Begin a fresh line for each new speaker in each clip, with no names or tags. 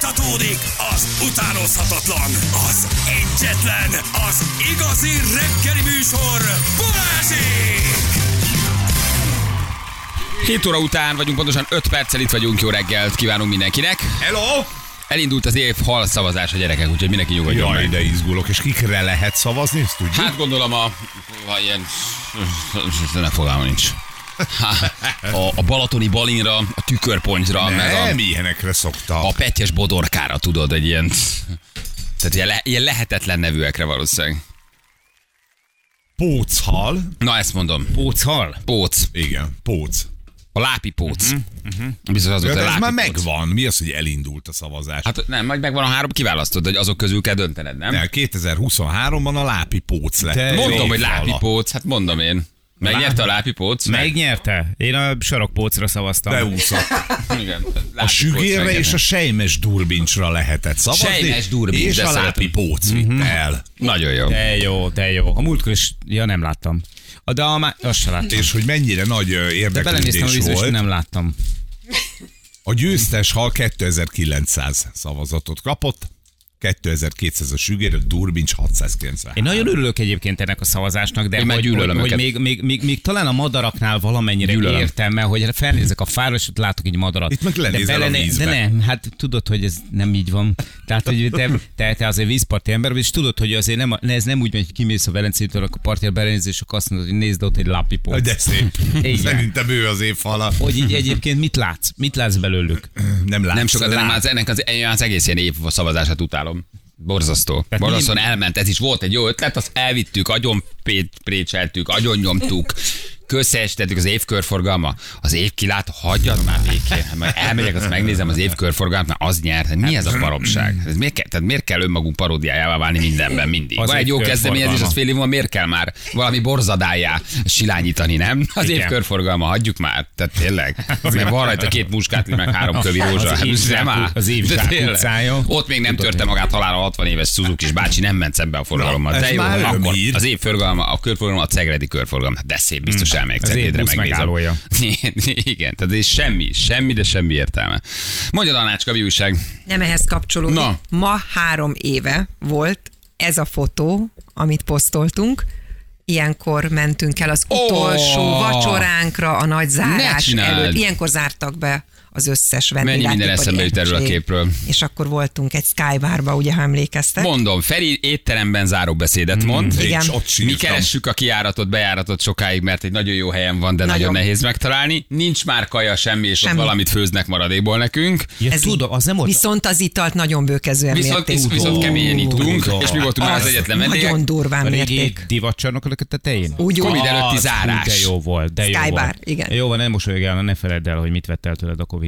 Folytatódik az utánozhatatlan, az egyetlen, az igazi reggeli műsor, Balázsék!
7 óra után vagyunk, pontosan 5 perccel itt vagyunk, jó reggelt kívánunk mindenkinek.
Hello!
Elindult az év hal szavazás a gyerekek, úgyhogy mindenki nyugodjon
Jaj,
meg.
de izgulok. És kikre lehet szavazni, ezt tudjuk?
Hát gondolom a... Ha ilyen... Ennek fogalma nincs. Há, A, a balatoni balinra, a tükörpontra, meg a,
nem, ilyenekre szoktam.
a petyes bodorkára, tudod, egy ilyen... Tehát ilyen, le, ilyen lehetetlen nevűekre valószínűleg.
Póchal.
Na ezt mondom.
Póchal?
Póc.
Igen, póc.
A lápi póc. Biztos az
Mhm, De
volt a lápi
ez
póc.
már megvan. Mi az, hogy elindult a szavazás? Hát,
Hát nem, majd megvan a három, kiválasztod, hogy azok közül kell döntened, nem?
2023-ban a lápi póc lett.
Te
az
Mondom, hogy
évfala.
lápipóc, hát mondom én. Megnyerte a lápipóc?
Megnyerte? Én a sarokpócra szavaztam.
Beúszott.
Igen.
A sügérre és a sejmes durbincsra lehetett szavazni.
Sejmes Mhm. durbincs,
És
de
a
szeretem.
lápi póc vitt el.
Nagyon jó.
De jó, de jó. A múltkor is, ja nem láttam. A de a má... azt se láttam.
És hogy mennyire nagy ö,
De belenéztem a
érdeklődés
vízbe, és
volt.
nem láttam.
A győztes hal 2900 szavazatot kapott, 2200 a sügér, a Durbincs 690.
Én nagyon örülök egyébként ennek a szavazásnak, de
Én már
hogy,
gyűlölöm
hogy, hogy
őket.
még, még, még, még, talán a madaraknál valamennyire
Gyűlölöm.
gyűlölöm. értem, mert hogy felnézek a fára, és ott látok egy madarat.
Itt meg
de,
lenézel a
belene-
vízbe.
de nem, hát tudod, hogy ez nem így van. Tehát, hogy te, te, te azért vízparti ember vagy, és tudod, hogy azért nem, a- ne, ez nem úgy megy, hogy kimész a Velencétől, akkor partjára belenéz, és akkor azt mondod, hogy nézd ott egy lápipó.
De szép.
Igen.
Szerintem ő az évfala.
Hogy így egyébként mit látsz? Mit látsz belőlük?
Nem látsz.
Nem sokat, de nem
Lát-
az, ennek az, én az egész ilyen év szavazását utálom. Borzasztó. Borzasztóan elment. Ez is volt egy jó ötlet, azt elvittük, agyon pét- précseltük, agyon nyomtuk, köszestettük az évkörforgalma. Az év kilát, hagyjad már békén. Hát Majd elmegyek, azt megnézem az évkörforgalmat, mert az nyert. Hát mi ez a baromság? Ez miért, kell, tehát miért kell önmagunk paródiájává válni mindenben mindig?
Az
Van egy jó
évkörforgalma.
kezdeményezés, az fél év múlva miért kell már valami borzadájá silányítani, nem? Az
Igen.
évkörforgalma, hagyjuk már. Tehát tényleg. Mert van rajta két muskátli, meg három kövi rózsa.
Az
Hát,
Évzsák-
nem áll.
az Évzsák
De tényleg.
utcája.
Ott még nem törte magát halálra a 60 éves Suzuki és bácsi nem ment szembe a forgalommal.
Na,
de
ez
jó,
már
akkor
örömhír.
az évforgalma, a körforgalom, a cegredi körforgalom. Hát De szép, biztos elmegyek
Hm. az
Ceglédre
év busz megállója.
Igen, tehát ez semmi, semmi, de semmi értelme. Mondja Danácska, mi újság?
Nem ehhez kapcsolódik.
Na.
Ma három éve volt ez a fotó, amit posztoltunk. Ilyenkor mentünk el az utolsó
Ó!
oh! vacsoránkra a nagy
Ne
zárás
csináld!
előtt. Ilyenkor zártak be az összes vendéglátóipari
Mennyi minden eszembe jut erről a
egység.
képről.
És akkor voltunk egy Skybarba, ugye, ha emlékeztek.
Mondom, Feri étteremben záróbeszédet mond.
Hm.
igen.
És ott
Mi
sírtam.
keressük a kiáratot, bejáratot sokáig, mert egy nagyon jó helyen van, de nagyon, nagyon
Nagyon.
nehéz megtalálni. Nincs már kaja semmi, és
Semmi.
ott valamit főznek maradékból nekünk.
Ja,
Ez
tudom, az nem volt
Viszont az italt nagyon bőkezően
Viszont,
mérték.
viszont
Ú,
keményen ittunk,
Tudom.
és mi voltunk már az egyetlen vendégek.
hát Nagyon durván
a régi
mérték.
divatcsarnokok a tetején? Hát
Úgy, úgy.
Covid
Az,
előtti
fú,
zárás.
De jó volt, de jó
Skybar,
volt.
igen.
Jó van, nem mosolyog el, ne feledd el, hogy mit vett el tőled a Covid.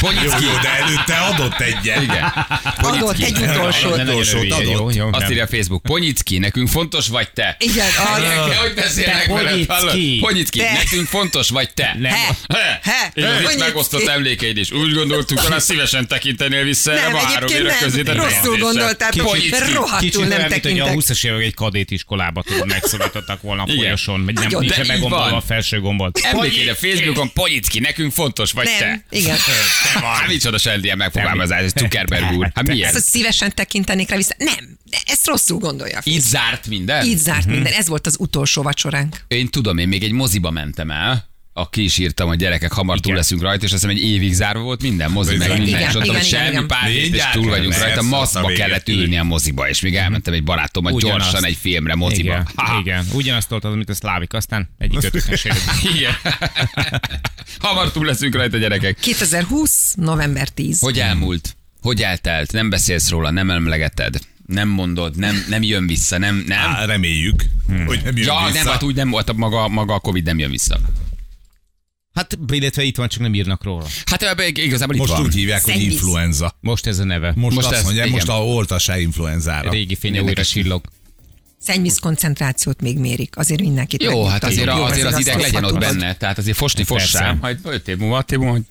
Ponyicki.
Jó, de előtte adott egyet.
Igen.
Adott egy utolsó.
Ne legyen
Utolsót
hülye,
adott.
jó,
Azt
Nem.
írja a Facebook. Ponyicki, nekünk fontos vagy te.
Igen, az.
Gyerekek, hogy beszélnek
Te
veled, hallod?
Ponyicki.
Ponyicki,
Te.
nekünk fontos vagy te.
Nem.
He,
He,
he,
Igaz, itt
Ponyicki.
megosztott emlékeid is. Úgy gondoltuk, talán szívesen tekintenél vissza erre
Nem,
a három
egyébként
évre
nem.
közé.
Rosszul gondoltátok, de rohadtul
Kicsit
nem
olyan, mint hogy a
tekintek.
20-as évek egy kadét iskolába tudod, megszólítottak volna a
Igen.
folyoson, vagy nem,
Nagyon, de
nincs
így
megombolva
van.
a felső gombot.
Emlékeid a Facebookon, Ponyicki, nekünk fontos vagy
Nem,
te.
igen.
Hát micsoda sendilyen megfogalmazás, ez Zuckerberg úr. Hát milyen?
Ezt azt szívesen tekintenék rá vissza. Nem, de ezt rosszul gondolja.
Így zárt minden?
Így zárt minden. Ez volt az utolsó vacsoránk.
Én tudom, én még egy moziba mentem el, a ki is írtam, hogy gyerekek, hamar túl
Igen.
leszünk rajta, és azt hiszem egy évig zárva volt minden mozi, meg
Igen,
minden, és ott
igen,
hogy
igen,
semmi
igen.
pár hét, és
Mindjárt
túl vagyunk
jön,
rajta,
lesz, aztán
maszkba
vége.
kellett ülni a moziba, és még elmentem egy barátommal
Ugyanazt.
gyorsan egy filmre, moziba.
Igen,
Ha-ha.
igen. ugyanazt toltad, mint a szlávik, aztán egyik ötösen sérült.
Igen. Hamar túl leszünk rajta, gyerekek.
2020. november 10.
Hogy elmúlt? Hogy eltelt? Nem beszélsz róla, nem emlegeted, nem mondod, nem, nem jön vissza, nem, nem.
Á, reméljük, hogy nem jön
Hmm. Ja,
vissza.
nem, hát úgy nem volt, maga, maga a Covid nem jön vissza.
Hát, illetve itt van, csak nem írnak róla.
Hát ebben igazából itt
Most
van.
úgy hívják, hogy
Szennyvíz.
influenza.
Most ez a neve.
Most,
Most
most
ez-
azt mondják,
igen.
most a oltase influenzára.
Régi fénye
Érdekes.
újra csillog.
Szennyvíz koncentrációt még mérik. Azért mindenkit
Jó,
megnyugtatunk.
hát azért,
Jó,
azért
ezért
az
azt
ideg legyen ott
hozhatunk.
benne, tehát azért fosni
Persze.
fossá, majd 5 év múlva, 6 év múlva, hogy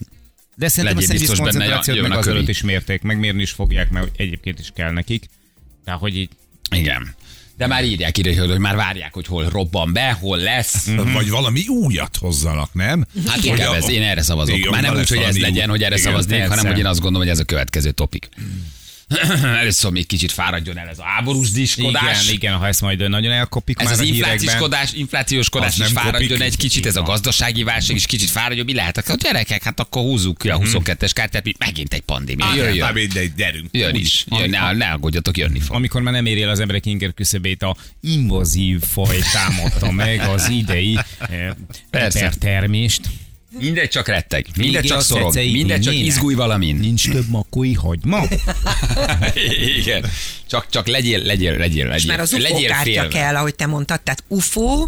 De szerintem
Legyél
a szennyvíz
biztos benne,
koncentrációt
jön
meg
a kövi.
azelőtt is mérték, megmérni is fogják, mert egyébként is kell nekik. De hogy így
igen. De már írják ide, hogy már várják, hogy hol robban be, hol lesz.
Vagy valami újat hozzanak, nem?
Hmm. Hát
Hogy
inkább
a-
ez, én erre szavazok.
Igen,
Már nem
van
úgy,
lesz
hogy ez
valami
legyen,
új.
hogy erre
Igen,
szavaznék,
persze.
hanem hogy én azt gondolom, hogy ez a következő topik. Először még kicsit fáradjon el ez a háborúsdiskodás.
Igen, igen, ha ezt majd nagyon elkopik
Ez
már
az
a hírekben.
inflációskodás, inflációskodás
Az
is
nem
fáradjon
kopik.
egy kicsit, ez a gazdasági válság is kicsit fáradjon. Mi lehet? Hát a gyerekek, hát akkor húzzuk ki a 22-es kártyát, mi- megint egy pandémia. Jön,
Már
jön.
Hát, mindegy, gyerünk.
Jön is. Jön, ne, ne aggódjatok, jönni fog.
Amikor már nem éri el az emberek inger küszöbét, a invazív faj támadta meg az idei
Persze.
eh, termést.
Mindegy csak retteg, mindegy
Még
csak
az
szorong,
ecei
mindegy csak
dinnyének.
izgulj valamin.
Nincs több makói hagyma?
Igen. Csak, csak legyél, legyél, legyél,
És
legyél.
már az UFO
legyél
kártya kell, ahogy te mondtad, tehát UFO,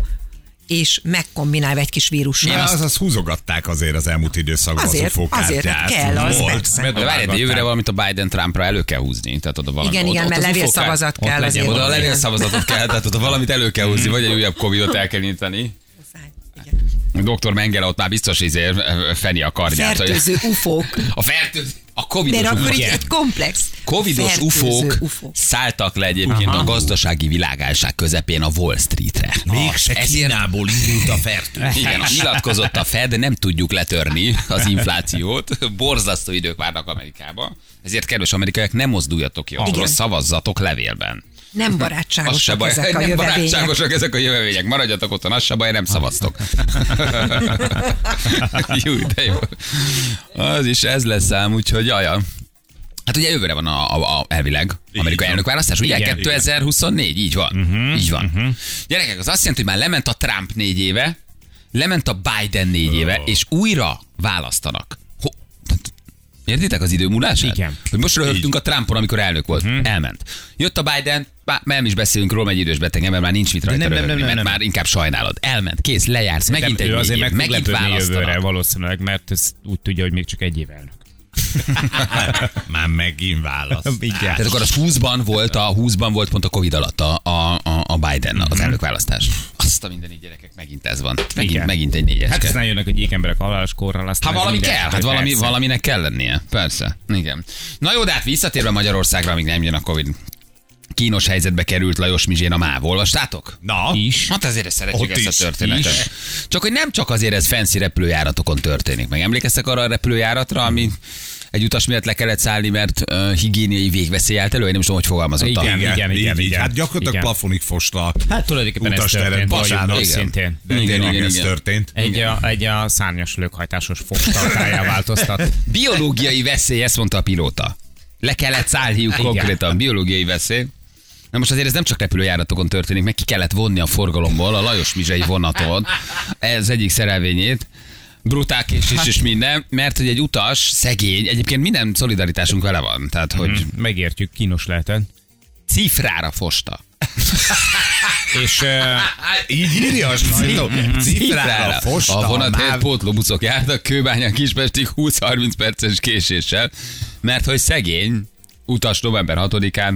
és megkombinálva egy kis vírussal.
Ja, az, az húzogatták azért az elmúlt időszakban
Azért-
az UFO
hát
azért, hát
kártyát.
kell az,
Volt.
persze.
De várj, de
Medovágatták.
jövőre valamit a Biden-Trumpra elő kell húzni. Tehát oda valami,
Igen, igen, mert
az UFO
levélszavazat
kár-
kell
ott legyen,
azért.
Oda a
Igen.
levélszavazatot kell, tehát oda valamit elő kell húzni, vagy egy újabb Covid-ot el kell nyitani.
Muszáj. Igen.
Dr. Mengele ott már biztos izé feni a kardját. hát, hogy-
Fertőző ufók.
A fertőző. A
Mert
covidos
akkor
ufók.
így egy komplex.
Covidos
fertőző
ufók
ufó.
szálltak le egyébként a gazdasági világálság közepén a Wall Streetre.
Még se Kínából indult a fertőzés.
Igen, nyilatkozott a Fed, nem tudjuk letörni az inflációt. Borzasztó idők várnak Amerikába. Ezért, kedves amerikaiak, nem mozduljatok ki arról,
Igen.
szavazzatok levélben.
Nem
Az se
barátságosak
baj,
ezek a
nem
jövevények.
barátságosak ezek a jövevények. Maradjatok otthon, az se baj, nem szavaztok. jó, de jó. Az is ez lesz ám, úgyhogy jaja. Hát ugye jövőre van a, a, a elvileg amerikai
van.
elnökválasztás, ugye?
Igen, Mhm,
2024, így van. Uh-huh, így van. Uh-huh. Gyerekek, az azt jelenti, hogy már lement a Trump négy éve, lement a Biden négy éve, és újra választanak. Ho- Értitek az idő múlását?
Igen. Mhm.
Hogy most röhögtünk a Trumpon, amikor elnök volt. Uh-huh. Elment. Jött a Biden, már nem is beszélünk róla, egy idős beteg, mert már nincs mit rajta
nem, nem,
röhögni,
nem, nem,
mert
nem.
már inkább sajnálod. Elment, kész, lejársz, megint
De
egy
ő
négy
azért
év,
meg tud
megint
lepődni
választanak.
jövőre valószínűleg, mert ez úgy tudja, hogy még csak egy év elnök.
Már megint válasz.
Igen.
Tehát akkor az 20-ban volt, a 20-ban volt pont a Covid alatt a, a, a- a Biden
Mhm.
az elnökválasztás. Azt a mindeni gyerekek, megint ez van. Megint,
Igen.
megint egy négyes.
Hát
kell.
aztán jönnek a gyékemberek a halálos korral. aztán
Ha
ez
valami
minden-
kell, hát valami,
persze.
valaminek kell lennie. Persze, igen. Na jó, de hát visszatérve Magyarországra, amíg nem jön a Covid. Kínos helyzetbe került Lajos Mizsén a MÁV. Olvastátok?
Na,
Is.
Hát azért szeretjük
Ott
ezt
is,
a történetet.
is.
Csak hogy nem csak azért ez fancy repülőjáratokon történik. Meg emlékeztek arra a repülőjáratra, ami egy utas miatt le kellett szállni, mert uh, higiéniai végveszély állt elő, én nem is tudom, hogy fogalmazott.
Igen,
igen, igen, igen, igen. Hát gyakorlatilag
igen.
plafonig fosta.
Hát tulajdonképpen ez
Utasteren,
történt.
vasárnap.
valójában
Igen.
szintén.
De
Igen,
tényleg
igen,
ez
igen.
történt.
Egy a, egy a szárnyas lökhajtásos fogtartájá változtat.
Biológiai veszély, ezt mondta a pilóta. Le kellett szállniuk
Igen.
konkrétan, biológiai veszély. Na most azért ez nem csak repülőjáratokon történik, meg ki kellett vonni a forgalomból a Lajos Mizsei vonatot, ez egyik szerelvényét, brutál
Hát.
késés és minden, mert hogy egy utas, szegény, egyébként minden szolidaritásunk vele van, tehát
Mhm.
hogy
Megértjük, kínos lehetett.
cifrára fosta.
És uh,
Így írja a sajtó. Cifrára fosta.
A vonat
már-
helyett pótlóbuszok jártak Kőbánya Kispestig 20-30 perces késéssel, mert hogy szegény utas november 6-án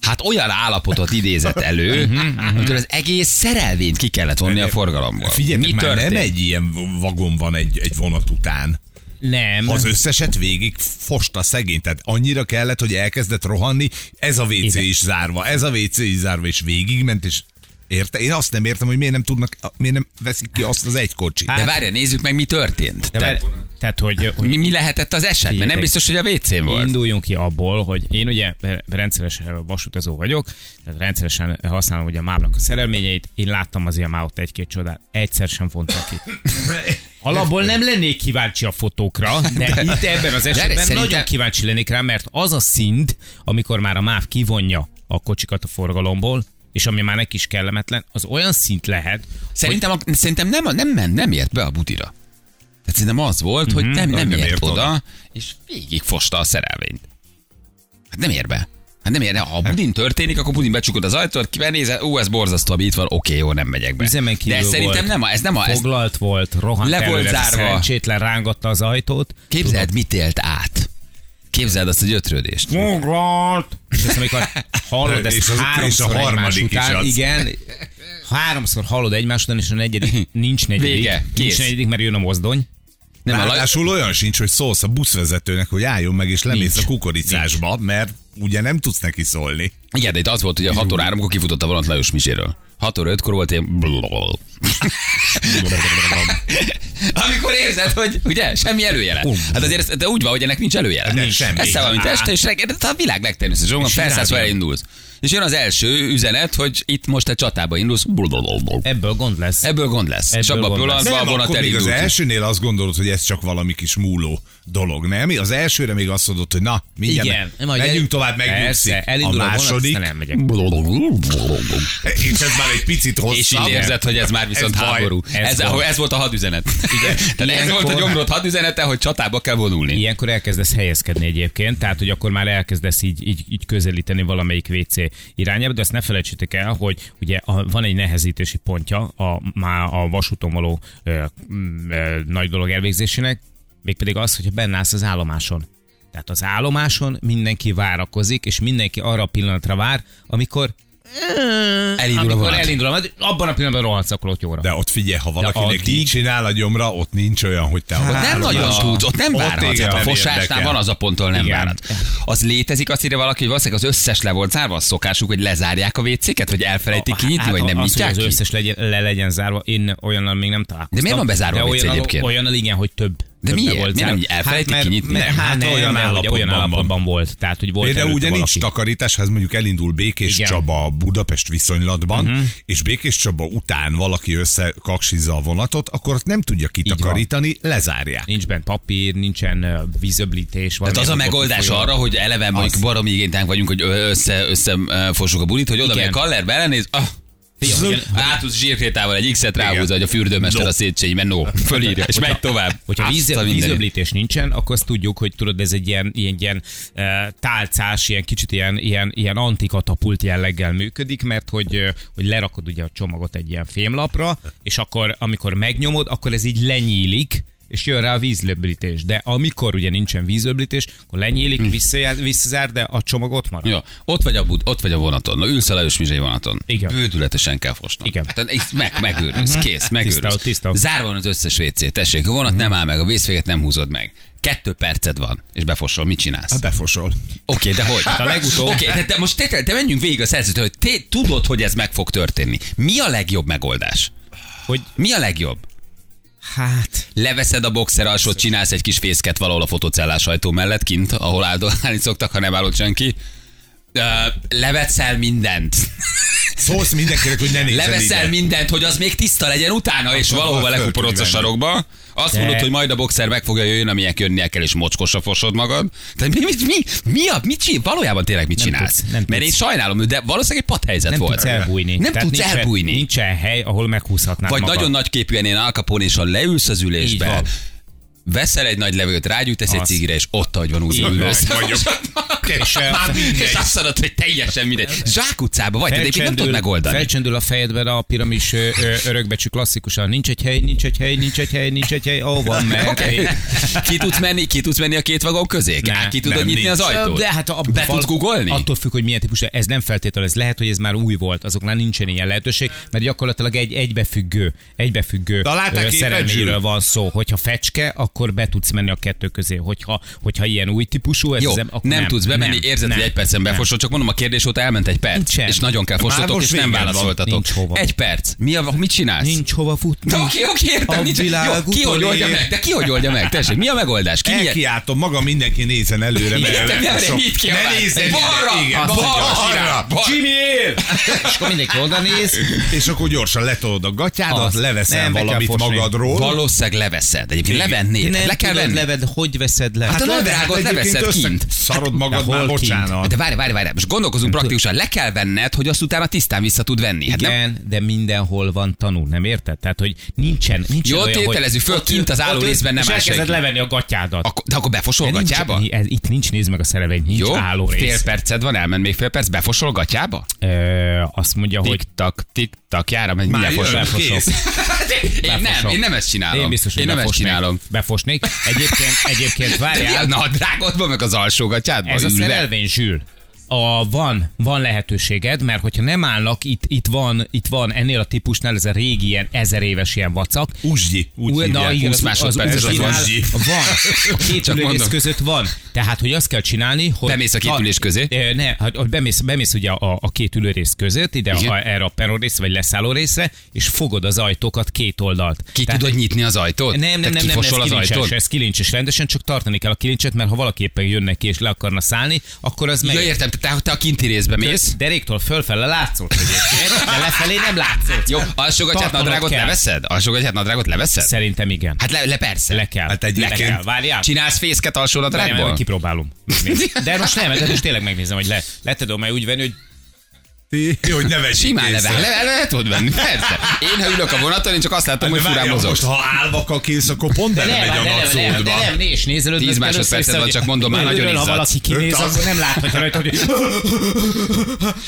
hát olyan állapotot idézett elő,
Mhm,
hogy az egész szerelvényt ki kellett vonni a forgalomból.
Figyelj,
Mi
már nem
történt?
egy ilyen vagon van egy, egy vonat után.
nem.
Az összeset végig fosta szegény, tehát annyira kellett, hogy elkezdett rohanni, ez a WC
Igen.
is zárva, ez a WC is zárva, és végigment, és érte? Én azt nem értem, hogy miért nem tudnak, miért nem veszik ki azt az egy kocsit.
De várjál, nézzük meg, mi történt.
De
Tehát,
vár- tehát, hogy, hogy
mi, mi lehetett az eset? Mert nem
Figyeljetek.
biztos, hogy a WC-n volt.
Induljunk ki abból, hogy én ugye rendszeres vasutazó vagyok, tehát rendszeresen használom ugye a mámnak a szerelményeit, én láttam az ilyen máut egy-két csodát, egyszer sem vontak ki. Alapból nem lennék kíváncsi a fotókra, de itt ebben az esetben
szerintem-
nagyon kíváncsi lennék rá, mert az a szint, amikor már a MÁV kivonja a kocsikat a forgalomból, és ami már neki is kellemetlen, az olyan szint lehet,
Szerintem, a, szerintem nem, nem, ment, nem ért be a budira. Tehát szerintem az volt, Mhm. hogy nem, nem,
nem
ért,
ért
oda,
oda.
és végig fosta a szerelvényt. Hát nem ér be. Hát nem érne. Ha a budin történik, akkor budin becsukod az ajtót, kibenézel, ó, ez borzasztó, ami itt van, oké, jó, nem megyek be.
Üzemen
De
kívül
ez szerintem
volt.
nem a, ez nem a, ez
foglalt volt, rohant
Le volt
előre,
zárva.
szerencsétlen rángatta az ajtót.
képzeld, mit élt át. Képzeld azt, hogy ötrődést.
Foglalt! És ezt, amikor hallod ezt
És az- és a
háromszor egymás
harmadik is
után,
az.
igen, háromszor hallod egymás után, és a negyedik, nincs negyedik,
Vége, kész.
nincs negyedik, mert jön a mozdony.
Nem, a Laj-
Ráadásul olyan sincs, hogy szólsz a buszvezetőnek, hogy álljon meg és lemész a
Nincs.
kukoricásba, mert ugye nem tudsz neki szólni.
Igen, de itt az volt, hogy a 6 óra 3-kor kifutott a vonat Lajos Mizséről. 6 óra 5-kor volt én... Amikor érzed, hogy ugye, semmi előjele. Hát azért ez, de úgy van, hogy ennek nincs előjele.
nem, semmi.
Eszel valamint este, és reggel, de a világ legtermészetesen, onnan felszállsz, elindulsz. És jön az első üzenet, hogy itt most egy csatába indulsz.
Ebből gond lesz.
Ebből gond lesz. és
Ebből
abban a
gond lesz.
pillanatban a
Nem,
vonat
akkor még az
elindult.
elsőnél azt gondolod, hogy ez csak valami kis múló dolog, nem? Az elsőre még azt mondod, hogy na, mindjárt
Igen.
Igen, megyünk tovább, megnyugszik.
Persze, elindul a,
a második,
vonat, aztán elmegyek.
és ez már egy picit hosszabb.
És így érzed, hogy ez már viszont
Ez baj.
háború.
Ez
Ez,
baj.
ahol- ez, volt a hadüzenet. Igen. Tehát ez
Ilyenkor-
volt a gyomrod hadüzenete, hogy csatába kell vonulni.
Ilyenkor elkezdesz helyezkedni egyébként, tehát hogy akkor már elkezdesz így, így, így közelíteni valamelyik WC irányába, de azt ne felejtsétek el, hogy ugye a, van egy nehezítési pontja a, már a vasúton való ö, m, ö, nagy dolog elvégzésének, mégpedig az, hogyha benne állsz az állomáson. Tehát az állomáson mindenki várakozik, és mindenki arra a pillanatra vár, amikor
Elindul a
amikor
vonat.
elindul a vonat, abban a pillanatban rohansz a klotyóra.
De ott figyelj, ha valakinek
addig-
így csinál a gyomra, ott nincs olyan, hogy te
Ott nem nagyon
a-
tudsz, ott nem
Ott
várhatsz.
igen,
Hát a
nem
fosásnál
érdekel.
van az a pont, ahol nem
Igen.
várhat. Az létezik, azt írja valaki, hogy valószínűleg az összes le volt zárva, a szokásuk, hogy lezárják a WC-ket, hogy elfelejtik kinyitni,
Hát
vagy nem
az,
nyitják
hogy az
ki.
összes legyen, le legyen zárva, én olyannal még nem találkoztam.
De miért van bezárva a
De
WC
olyannal-
egyébként?
Olyannal igen, hogy több. többen
miért?
Volt
Miért nem
zárva. Hát
elfelejtik
mert-
kinyitni?
mert-
Nem,
Hát
hát olyan
olyan állapotban, olyan
állapotban
állapotban volt. Tehát, hogy volt
Például
előtte
ugye
valaki.
nincs takarítás, ha ez mondjuk elindul Békés
Igen.
Igen. Csaba a Budapest viszonylatban,
Mhm.
uh-huh. és Békés Csaba után valaki összekaksizza a vonatot, akkor ott nem tudja kitakarítani, lezárják.
Nincs bent papír, nincsen ö, vízöblítés.
Tehát az a megoldás arra, hogy eleve mondjuk baromi igénytánk vagyunk, hogy ö- össze, össze ö, fossuk a bulit, hogy oda megy
Igen.
a kaller, belenéz, ah,
igen.
Átusz zsírkétával egy X-et ráhúzza, hogy a fürdőmester a szétségyi, mert no, fölírja, és megy tovább.
Hogyha
Azt a
víz,
mindenit.
vízöblítés nincsen, akkor azt tudjuk, hogy tudod, ez egy ilyen, ilyen, ilyen eh, tálcás, ilyen kicsit ilyen, ilyen, ilyen antikatapult jelleggel működik, mert hogy, eh, hogy lerakod ugye a csomagot egy ilyen fémlapra, és akkor amikor megnyomod, akkor ez így lenyílik, és jön rá a vízöblítés. De amikor ugye nincsen vízöblítés, akkor
Hm.
lenyílik, visszajár, visszazár, de a csomag ott marad.
Jó, ott vagy a, bud, ott vagy a vonaton, na, ülsz a Lajos Mizsai vonaton.
Igen.
Bődületesen kell fosnod.
Igen. Mhm.
Tehát itt meg, megőrülsz, kész, megőrülsz.
Tiszta, tiszta. Mhm.
Zárva van az összes WC, tessék, a vonat nem áll meg, a vészféket nem húzod meg. Kettő perced van, és befosol, mit csinálsz?
Hát befosol.
Oké, de hogy?
hát a legutóbb-
Oké, de, de most te, te menjünk végig a szerzőtől, hogy te tudod, hogy ez meg fog történni. Mi a legjobb megoldás?
Hogy
Mi a legjobb?
hát...
Leveszed a boxer alsót, csinálsz egy kis fészket valahol a fotocellás ajtó mellett kint, ahol áldogálni szoktak, ha nem állott senki. Ö, levetszel mindent.
Szólsz mindenkinek, hogy ne nézzen
Leveszel
ide.
mindent, hogy az még tiszta legyen utána, és
Akkor
valahova
föl tudjuk
lekuporodsz a
venni.
sarokba. Azt
De-
mondod, hogy majd a boxer meg fogja jönni, aminek jönnie kell, és mocskosra fosod magad. Tehát mi, mi, mi, mi a, mit csinál? Valójában tényleg mit
Nem
csinálsz?
tudsz, nem
Mert én
tudsz.
sajnálom őt, de valószínűleg egy padhelyzet
Nem
volt.
tudsz elbújni.
Nem
Tehát
tudsz
nincsen,
elbújni.
Nincsen hely, ahol meghúzhatnád
Vagy
magad.
nagyon nagy képűen én alkapónésan leülsz az
Így
ülésbe,
van.
veszel egy nagy levegőt, rágyújtasz egy
Az.
cigire, és ott, ahogy van úgy
Így
ülsz.
van, vagyok.
És,
Már mindegy.
és azt mondod, hogy teljesen mindegy. Zsák utcába vagy, de egyébként nem tudod megoldani.
Felcsendül a fejedben a piramis ö, ö, örökbecsű klasszikusan. Nincs egy hely, nincs egy hely, nincs egy hely, nincs egy hely. Ó, van meg.
Oké.
Okay.
Ki tudsz menni, ki tudsz menni a két vagon közé? Ne,
Ne,
ki tudod
nem,
nyitni
nincs.
az ajtót?
De hát a,
Be tudsz googolni?
Attól függ, hogy milyen típusú. Ez nem feltétlenül, ez lehet, hogy ez már új volt, azoknál nincsen ilyen lehetőség, mert gyakorlatilag egy egybefüggő, egybefüggő
Találták
ö,
ki,
szerelményről
Jules?
van szó. Hogyha fecske, akkor be tudsz menni a kettő közé. Hogyha, hogyha ilyen új típusú, ez
Jó,
az
nem,
akkor
nem tudsz bemenni, érzed, hogy egy percen befosod, csak mondom, a kérdés óta elment egy perc,
Nincsen.
és nagyon kell fosnotok,
most
és nem
vége van.
válaszoltatok.
Nincs hova.
Egy perc. Mi a, mit csinálsz?
Nincs hova futni.
De Oké, oké, értem,
A
nincs. Jó,
világ
ki hogy
utolé-
oldja meg? De ki hogy oldja meg? Tessék, mi a megoldás? Ki milyen-
Elkiáltom, maga mindenki nézzen előre, mert
Igen,
előbb
nem,
sok-
mit kiabál?
Ne nézzen ide.
Balra!
Igen,
Balra!
balra!
Balra!
Csimiél!
És akkor mindenki oda néz.
És akkor gyorsan letolod a gatyádat,
Azt. Nem,
leveszel
be kell
valamit
fosni.
magadról.
Valószínűleg leveszed. Egyébként levennéd.
Nem
Le kell
tudod,
venni.
leved, hogy veszed le?
Hát a
le-
nadrágot
egyébként
leveszed
össze-
kint.
Szarod magad
De hol
már,
kint?
bocsánat.
De várj, várj, várj, most gondolkozunk praktikusan. Le kell venned, hogy azt utána tisztán vissza tud venni. Hát nem,
igen, de mindenhol van tanú, nem érted? Tehát, hogy nincsen, nincsen
Jó,
olyan,
tételezzük föl,
Ott
kint az
ül-
álló
ott ül,
részben nem
és
áll
elkezded
senki.
levenni a gatyádat.
akkor, de akkor befosol
De nincs-
gatyába?
ni- ez- Itt nincs, nézd meg a szerelvény, nincs
Jó,
álló
fél
rész.
perced van, elment még fél perc, befosol gatyába?
Ö, azt mondja, hogy
Tik-tak, tik-tak, járom, hogy mindjárt
jön,
fosol.
kész.
Én nem,
befosom.
én nem ezt csinálom.
Én biztos, hogy
én nem ezt
befosnék.
csinálom.
Befosnék. Egyébként,
Te
egyébként
mi a
várjál,
nadrágodban, meg az alsó gatyádban
ez a
ülve?
szerelvény zsűl. a, van, van lehetőséged, mert hogyha nem állnak, itt, itt, van, itt van ennél a típusnál ez a régi ilyen ezer éves ilyen vacak.
Uzsgyi. Úgy
Ú,
hívják.
igen. 20
az- az
másodperces
új
az
kínál-
Uzsgyi.
Van. A két
Csak
ülőrész
mondom.
között van. Tehát, hogy azt kell csinálni, hogy...
Bemész a két
ha-
ülés közé?
Ö, Ne, hát hogy bemész, bemész ugye a, a két ülőrész között, ide
Igen.
a, erre a peron részre, vagy leszálló részre, és fogod az ajtókat két oldalt.
Ki
Tehát-
tudod nyitni az ajtót?
nem, nem,
Tehát
nem, nem, ez
kifosol az
kilincses,
ajtót?
ez kilincses rendesen, csak tartani kell a kilincset, mert ha valaki éppen jönne ki és le akarna szállni, akkor az meg...
Ja, értem, te, te a kinti részbe mész.
Deréktől fölfele látszott egyébként, de lefelé nem látszott.
Jó, alsógatját
Tartanod
nadrágot
kell.
leveszed? Alsógatját nadrágot leveszed?
Szerintem igen.
Hát le, le persze.
Le kell.
Hát
le
egyébként-
kell. Várjál.
Csinálsz fészket alsó
Nem, nem,
nadrágból?
kipróbálom. De most nem, de most tényleg megnézem, hogy le, le tudom majd úgy venni, hogy
Ti, hogy ne vegyék
Simán
észre.
leve, le, le, le tudod venni, persze. Én, ha ülök a vonaton, én csak azt látom, hogy
De
furán
Hát várjál,
mozog.
Most, ha állva kakilsz, akkor pont
De
belemegy
nem,
a
de nem, nem, de
napszódba.
nem, ne, és nézelőd.
Tíz másodperced van, csak mondom, már nagyon
Ha
izzadsz.
valaki kinéz,
Öt az.
akkor nem láthatja rajta, hogy...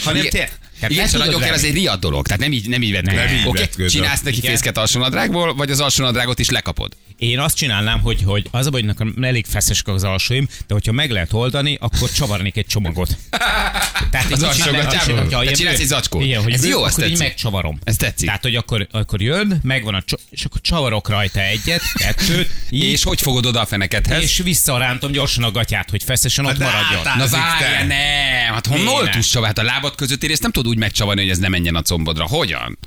Hanem
Igen,
te...
hát igen szóval nagyon kell, az egy riad dolog, tehát nem így, nem így
Nem
vetnek.
így
Oké,
vetközöl.
csinálsz neki
Igen.
fészket alsónadrágból, vagy az alsónadrágot is lekapod.
Én azt csinálnám, hogy, hogy az a baj, hogy nekem elég feszesek az alsóim, de hogyha meg lehet oldani, akkor csavarnék egy csomagot. Tehát
Az
így
alsókat
csinálnám,
csavarod?
hogyha
Te
ilyen
csinálsz
bő-
egy zacskót?
Igen, hogy
Ez
bő,
jó,
akkor
azt
így
tetszik.
megcsavarom.
Ez tetszik.
Tehát, hogy akkor, akkor jön, megvan a cso- és akkor csavarok rajta egyet, kettőt, így,
És
és,
hogy fogod oda a fenekedhez?
és visszarántom gyorsan a gatyát, hogy feszesen ott
Hát de
maradjon.
átáll-
Na
Ázik, te.
várjál, nem! Hát honnól
Miért?
tudsz csavá? Hát a lábad közötti részt nem tudod úgy megcsavarni, hogy ez ne menjen a combodra. Hogyan?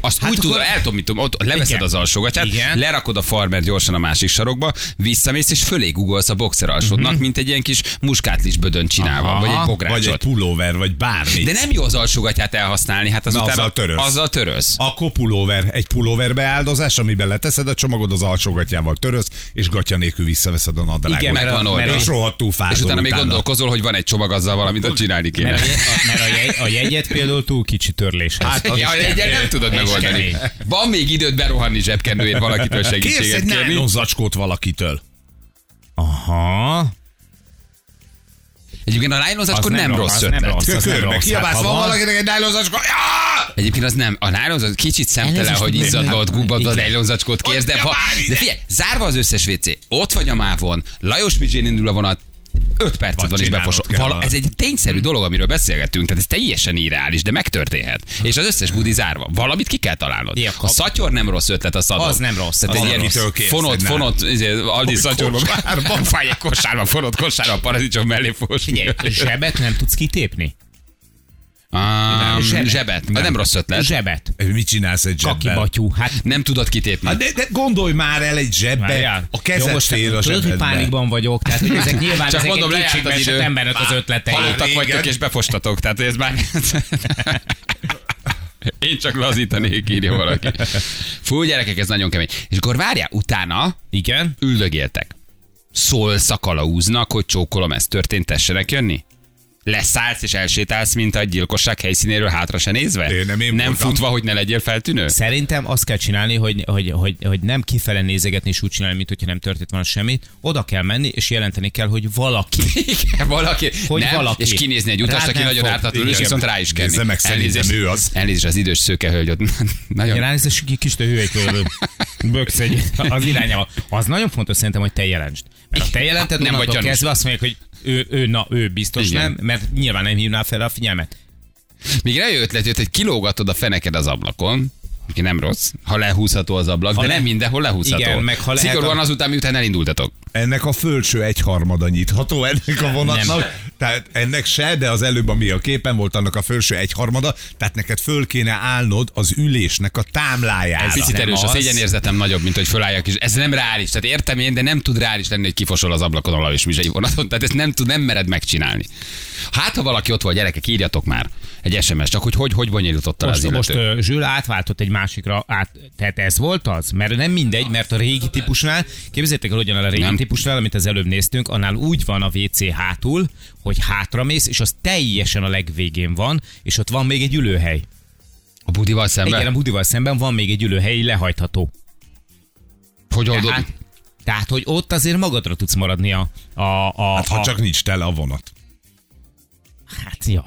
Azt hát úgy
akkor-
tudod, el tudom, mit tudom, ott leveszed
Igen.
az alsógatját,
Igen.
lerakod a farmer gyorsan a másik sarokba, visszamész és fölé guggolsz a boxer alsódnak, uh-huh. mint egy ilyen kis muskátlis bödön csinálva,
Aha,
vagy egy
Vagy egy
bográcsot.
pulóver, vagy bármi.
De nem jó az alsógatját elhasználni, hát az
Na,
utána,
azzal törölsz.
Azzal törölsz.
Akkor pulóver, egy pulóver beáldozás, amiben leteszed a csomagod az alsógatjával töröz, és gatya nélkül visszaveszed a nadrágot.
Igen,
meg van oldva.
És rohadtul fázol
És utána még gondolkozol, hogy van egy csomag azzal valamit, hogy csinálni kéne.
Mert, a, jegy- a- mert a, jegy, a jegyet például túl kicsi törléshez.
Hát, ja, egyen nem tudod
És
megoldani.
kemény.
Van még időd berohanni zsebkendőért valakitől
Kérsz
segítséget
egy
kérni.
nylon zacskót valakitől.
Aha.
Egyébként a nylon zacskó
Az nem
nem
rossz,
rossz
az nem
ötlet.
rossz.
Kö- Körbe
rossz, hát,
kiabálsz,
ha
van
van.
valakinek egy nylon zacskó. Ja!
Egyébként az nem. A nylon zacskó kicsit szemtelen, hogy izzadva ott gubbadva a nylon zacskót kérsz, de, ha, de figyelj, zárva az összes WC, ott vagy a mávon, Lajos Mizsén indul a vonat, 5 percet
Vagy
van és
csinálnod
befosol.
kell
Vala,
valamit.
ez egy tényszerű dolog, amiről beszélgetünk, tehát ez teljesen irreális, de megtörténhet. És az összes budi zárva. Valamit ki kell találnod.
Ilyen
A
kap-
szatyor nem rossz ötlet, azt adom.
Az nem rossz,
Tehát
az
egy
nem
ilyen
rossz. Kitől
fonott,
kérsz egy
fonott, izé, Aldi szatyorban,
kocsmárban.
fáj egy kosárban, fonott kosárban, paradicsom mellé fos.
Figyelj, zsebet nem tudsz kitépni.
Ám,
Zsebet.
Zsebet. Nem. nem rossz ötlet.
Zsebet.
Mit csinálsz egy
Kaki
zsebbel?
batyú. Hát
Nem tudod kitépni.
Hát de, de gondolj már el egy zsebbe,
Várjál.
a
Jó,
kezed
most
fél a
Tudod, hogy
zsebedbe.
pánikban vagyok, tehát hogy ezek nyilván
Csak
ezek
mondom,
egy
lejárt
kétségbe
az
esett
idő.
embernek az ötletei.
Halottak
Régen.
vagytok és befostatok, tehát ez már... Én csak lazítanék, írja valaki. Fú, gyerekek, ez nagyon kemény. És akkor várjál, utána
Igen?
üldögéltek. Szólsz a kalauznak, hogy csókolom, ez történt, tessenek jönni? Leszállsz és elsétálsz, mint a gyilkosság helyszínéről hátra se nézve?
Én nem én
nem
voltam.
futva, hogy ne legyél feltűnő?
Szerintem azt kell csinálni, hogy, hogy, hogy, hogy nem kifele nézegetni és úgy csinálni, mint hogyha nem történt volna semmi. Oda kell menni, és jelenteni kell, hogy valaki.
Igen, valaki.
Hogy
nem,
valaki.
És kinézni egy utast,
Rád
aki
nem
nagyon
fog.
ártatlanul, és
Igen.
viszont rá is kell.
Nézze meg, szerintem ő az.
Elnézést az idős szőke hölgy ott. Nagyon.
Ránéz, és egy kis hüvelykörül böksz egy az irányába. Az nagyon fontos szerintem, hogy te jelentsd. Mert ha te jelented,
Nem
nem
vagy
vagy
gyanús.
kezdve azt mondják, hogy ő, ő, na, ő biztos
Igen.
Igen. nem, mert nyilván nem hívná fel a figyelmet.
Még rejő ötlet jött, hogy kilógatod a feneked az ablakon, Oké, nem rossz, ha lehúzható az ablak,
Ha
de
le-
nem mindenhol lehúzható.
Igen, meg ha lehet
Szigorúan
a-
azután, miután elindultatok.
Ennek a fölső egyharmada nyitható ennek a vonatnak. Tehát ennek se, de az előbb, ami a képen volt, annak a fölső egyharmada, tehát neked föl kéne állnod az ülésnek a támlájára.
Ez picit
nem
erős, a
az.
szégyenérzetem nagyobb, mint hogy fölálljak is. Ez nem reális. Tehát értem én, de nem tud reális lenni, hogy kifosol az ablakon alá és mizsai vonaton. Tehát ezt nem tud, nem mered megcsinálni. Hát, ha valaki ott van, gyerekek, írjatok már egy SMS, csak hogy hogy, hogy bonyolította az
Most,
illető.
most ö, Zsül átváltott egy másikra, át, tehát ez volt az? Mert nem mindegy, mert a régi típusnál, képzeljétek el, hogyan áll a régi
Nem.
nem. típusnál, amit az előbb néztünk, annál úgy van a WC hátul, hogy hátra mész, és az teljesen a legvégén van, és ott van még egy ülőhely.
A budival szemben?
Igen, a budival szemben van még egy ülőhely így lehajtható.
Hogy oldod?
Tehát, tehát, hogy ott azért magadra tudsz maradni a... a, a
Hát, ha
a,
csak nincs tele a vonat.
Hát, ja.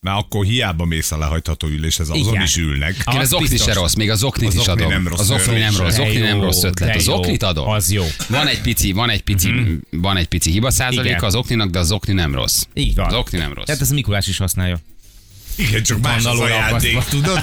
Már akkor hiába mész a lehajtható üléshez, azon
Igen.
is ülnek.
Én az okni se
biztos.
rossz, még az oknit
Az
is
okni
adom.
nem rossz
az okni
ötlet.
nem rossz, az
De
okni nem
jó,
rossz ötlet.
de
Az
jó,
oknit adom.
az jó.
Van egy pici, van egy pici, van egy pici hiba százaléka
Igen.
az okninak, de az okni nem rossz.
Így van.
Az okni nem rossz.
Tehát ez Mikulás is használja.
Igen, csak más az a
Vandalóra
játék,
akasztva.
tudod?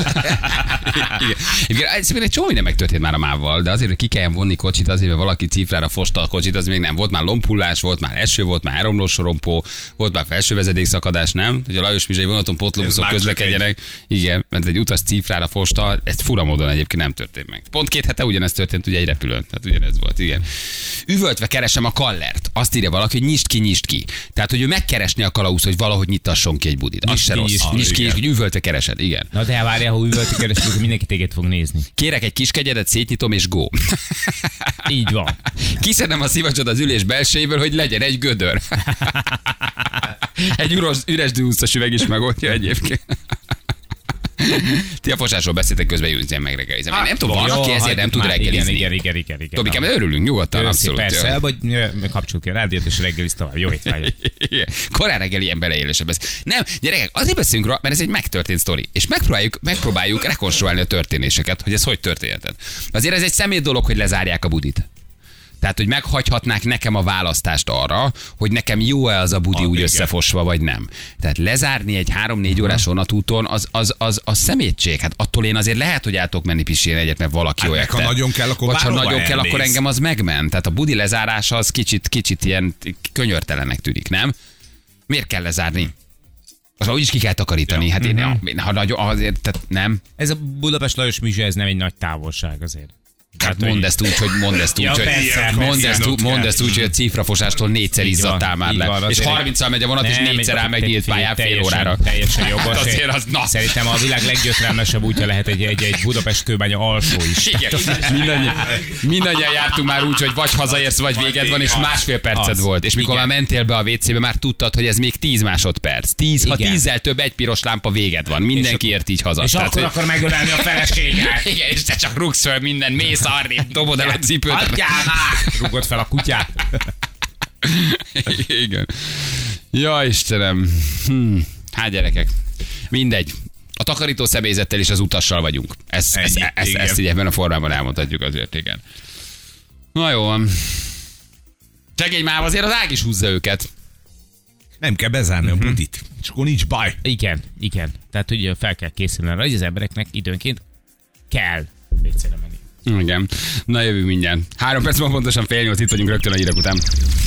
Igen. Egyébként ez még egy csomó minden megtörtént már a mával, de azért, hogy ki kelljen vonni kocsit, azért, hogy valaki cifrára fosta a kocsit, az még nem volt. Már lompullás volt, már eső volt, már áramlós sorompó, volt már felső vezetékszakadás, nem? Hogy a Lajos Mizsai vonaton
Ez
potlóbuszok
már csak
közlekedjenek. Igen, mert egy utas cifrára fosta, ez fura módon egyébként nem történt meg. Pont két hete ugyanez történt, ugye egy repülőn. Tehát ugyanez volt, igen. Üvöltve keresem a kallert. Azt írja valaki, hogy nyisd ki, nyisd ki. Tehát, hogy ő megkeresni a kalauz, hogy valahogy nyitasson ki egy budit. Az
Nyisd
se
ki,
rossz.
nyisd ki.
Nyisd ki,
Ah, Igen.
hogy üvöltve keresed, igen.
Na de hát várjál, ha üvölti keresztül, mindenki téged fog nézni.
Kérek egy kis kegyedet, szétnyitom és go.
Így van.
Kiszedem a szivacsot az ülés belsejéből, hogy legyen egy gödör. Egy üres, üres dúszas üveg is megoldja egyébként. Ti a fosásról beszéltek közben, Július, én megreggelizem. Én nem tudom, van,
Jó,
aki ezért
hagyjuk
nem tud
már. Igen, igen,
reggelizni.
igen, igen, igen.
Tomikám, de örülünk nyugodtan,
Abszolút,
abszolút.
persze, vagy ö, kapcsoljuk ki a rádiót, és reggeliz tovább. Jó étvágyat.
Igen. Korán reggel ilyen beleélésebb lesz. Nem, gyerekek, azért beszélünk róla, mert ez egy megtörtént sztori. És megpróbáljuk, megpróbáljuk rekonstruálni a történéseket, hogy ez hogy történhetett. Azért ez egy szemét dolog, hogy lezárják a budit. Tehát, hogy meghagyhatnák nekem a választást arra, hogy nekem jó-e az a budi
Ah,
úgy
igen. Mhm.
összefosva, vagy nem. Tehát lezárni egy 3-4 órás vonatúton, az, az, az, az szemétség. Hát attól én azért lehet, hogy átok menni pisilni egyet, mert valaki
Hát
jó
meg, ha
érte.
nagyon kell, akkor
Vagy ha
bárhova
nagyon kell, akkor
elmész.
engem az megment. Tehát a budi lezárása az kicsit, kicsit ilyen könyörtelenek tűnik, nem? Miért kell lezárni? Az már úgyis ki kell takarítani. Hát én,
Mhm.
én- ha nagyon, azért, tehát nem.
Ez a Budapest Lajos Mizsa, ez nem egy nagy távolság azért.
Hát mondd ezt úgy, hogy mondd ezt úgy,
Ja,
hogy
persze, hát
mondd
persze,
ezt, úgy-
ott
mondd
kell.
ezt úgy, hogy a cifrafosástól négyszer
Így
izzadtál
van,
már
így
le.
van,
és
azért-
30 megy a vonat, és
Nem,
négyszer
egy-
áll meg
egy-
nyílt pályán fél
teljesen-
órára.
Teljesen jogos.
Hát azért az, na.
Szerintem a világ leggyötrelmesebb útja lehet egy, egy, egy Budapest kőbánya alsó is.
Igen, mindannyian, mindannyian jártunk már úgy, hogy vagy hazaérsz, vagy véged van, és másfél perced
az.
volt. És mikor már
Igen.
mentél be a WC-be, már tudtad, hogy ez még 10 másodperc. 10, ha
Igen.
10-zel több egy piros lámpa véged van. Mindenki ért így haza.
És
Tehát,
akkor
hogy-
akar megölelni a feleségét.
Igen, és te csak rúgsz föl minden, mész arrébb, dobod el a cipőt.
Adjál már! Rugod fel a kutyát.
Igen. Ja, Istenem. Hm. Hát gyerekek, mindegy. A takarító személyzettel és az utassal vagyunk. Ezt, ezt,
Ennyi,
ezt,
igen.
ezt így ebben a formában elmondhatjuk azért, igen. Na jó van. Segély már, azért az ág is húzza őket.
Nem kell bezárni
Mhm.
a budit, és akkor nincs baj.
Igen, igen. Tehát ugye fel kell készülni arra, hogy az embereknek időnként kell vécére menni.
Igen. Na jövő mindjárt. Három perc van pontosan fél nyolc, itt vagyunk rögtön a hírek után.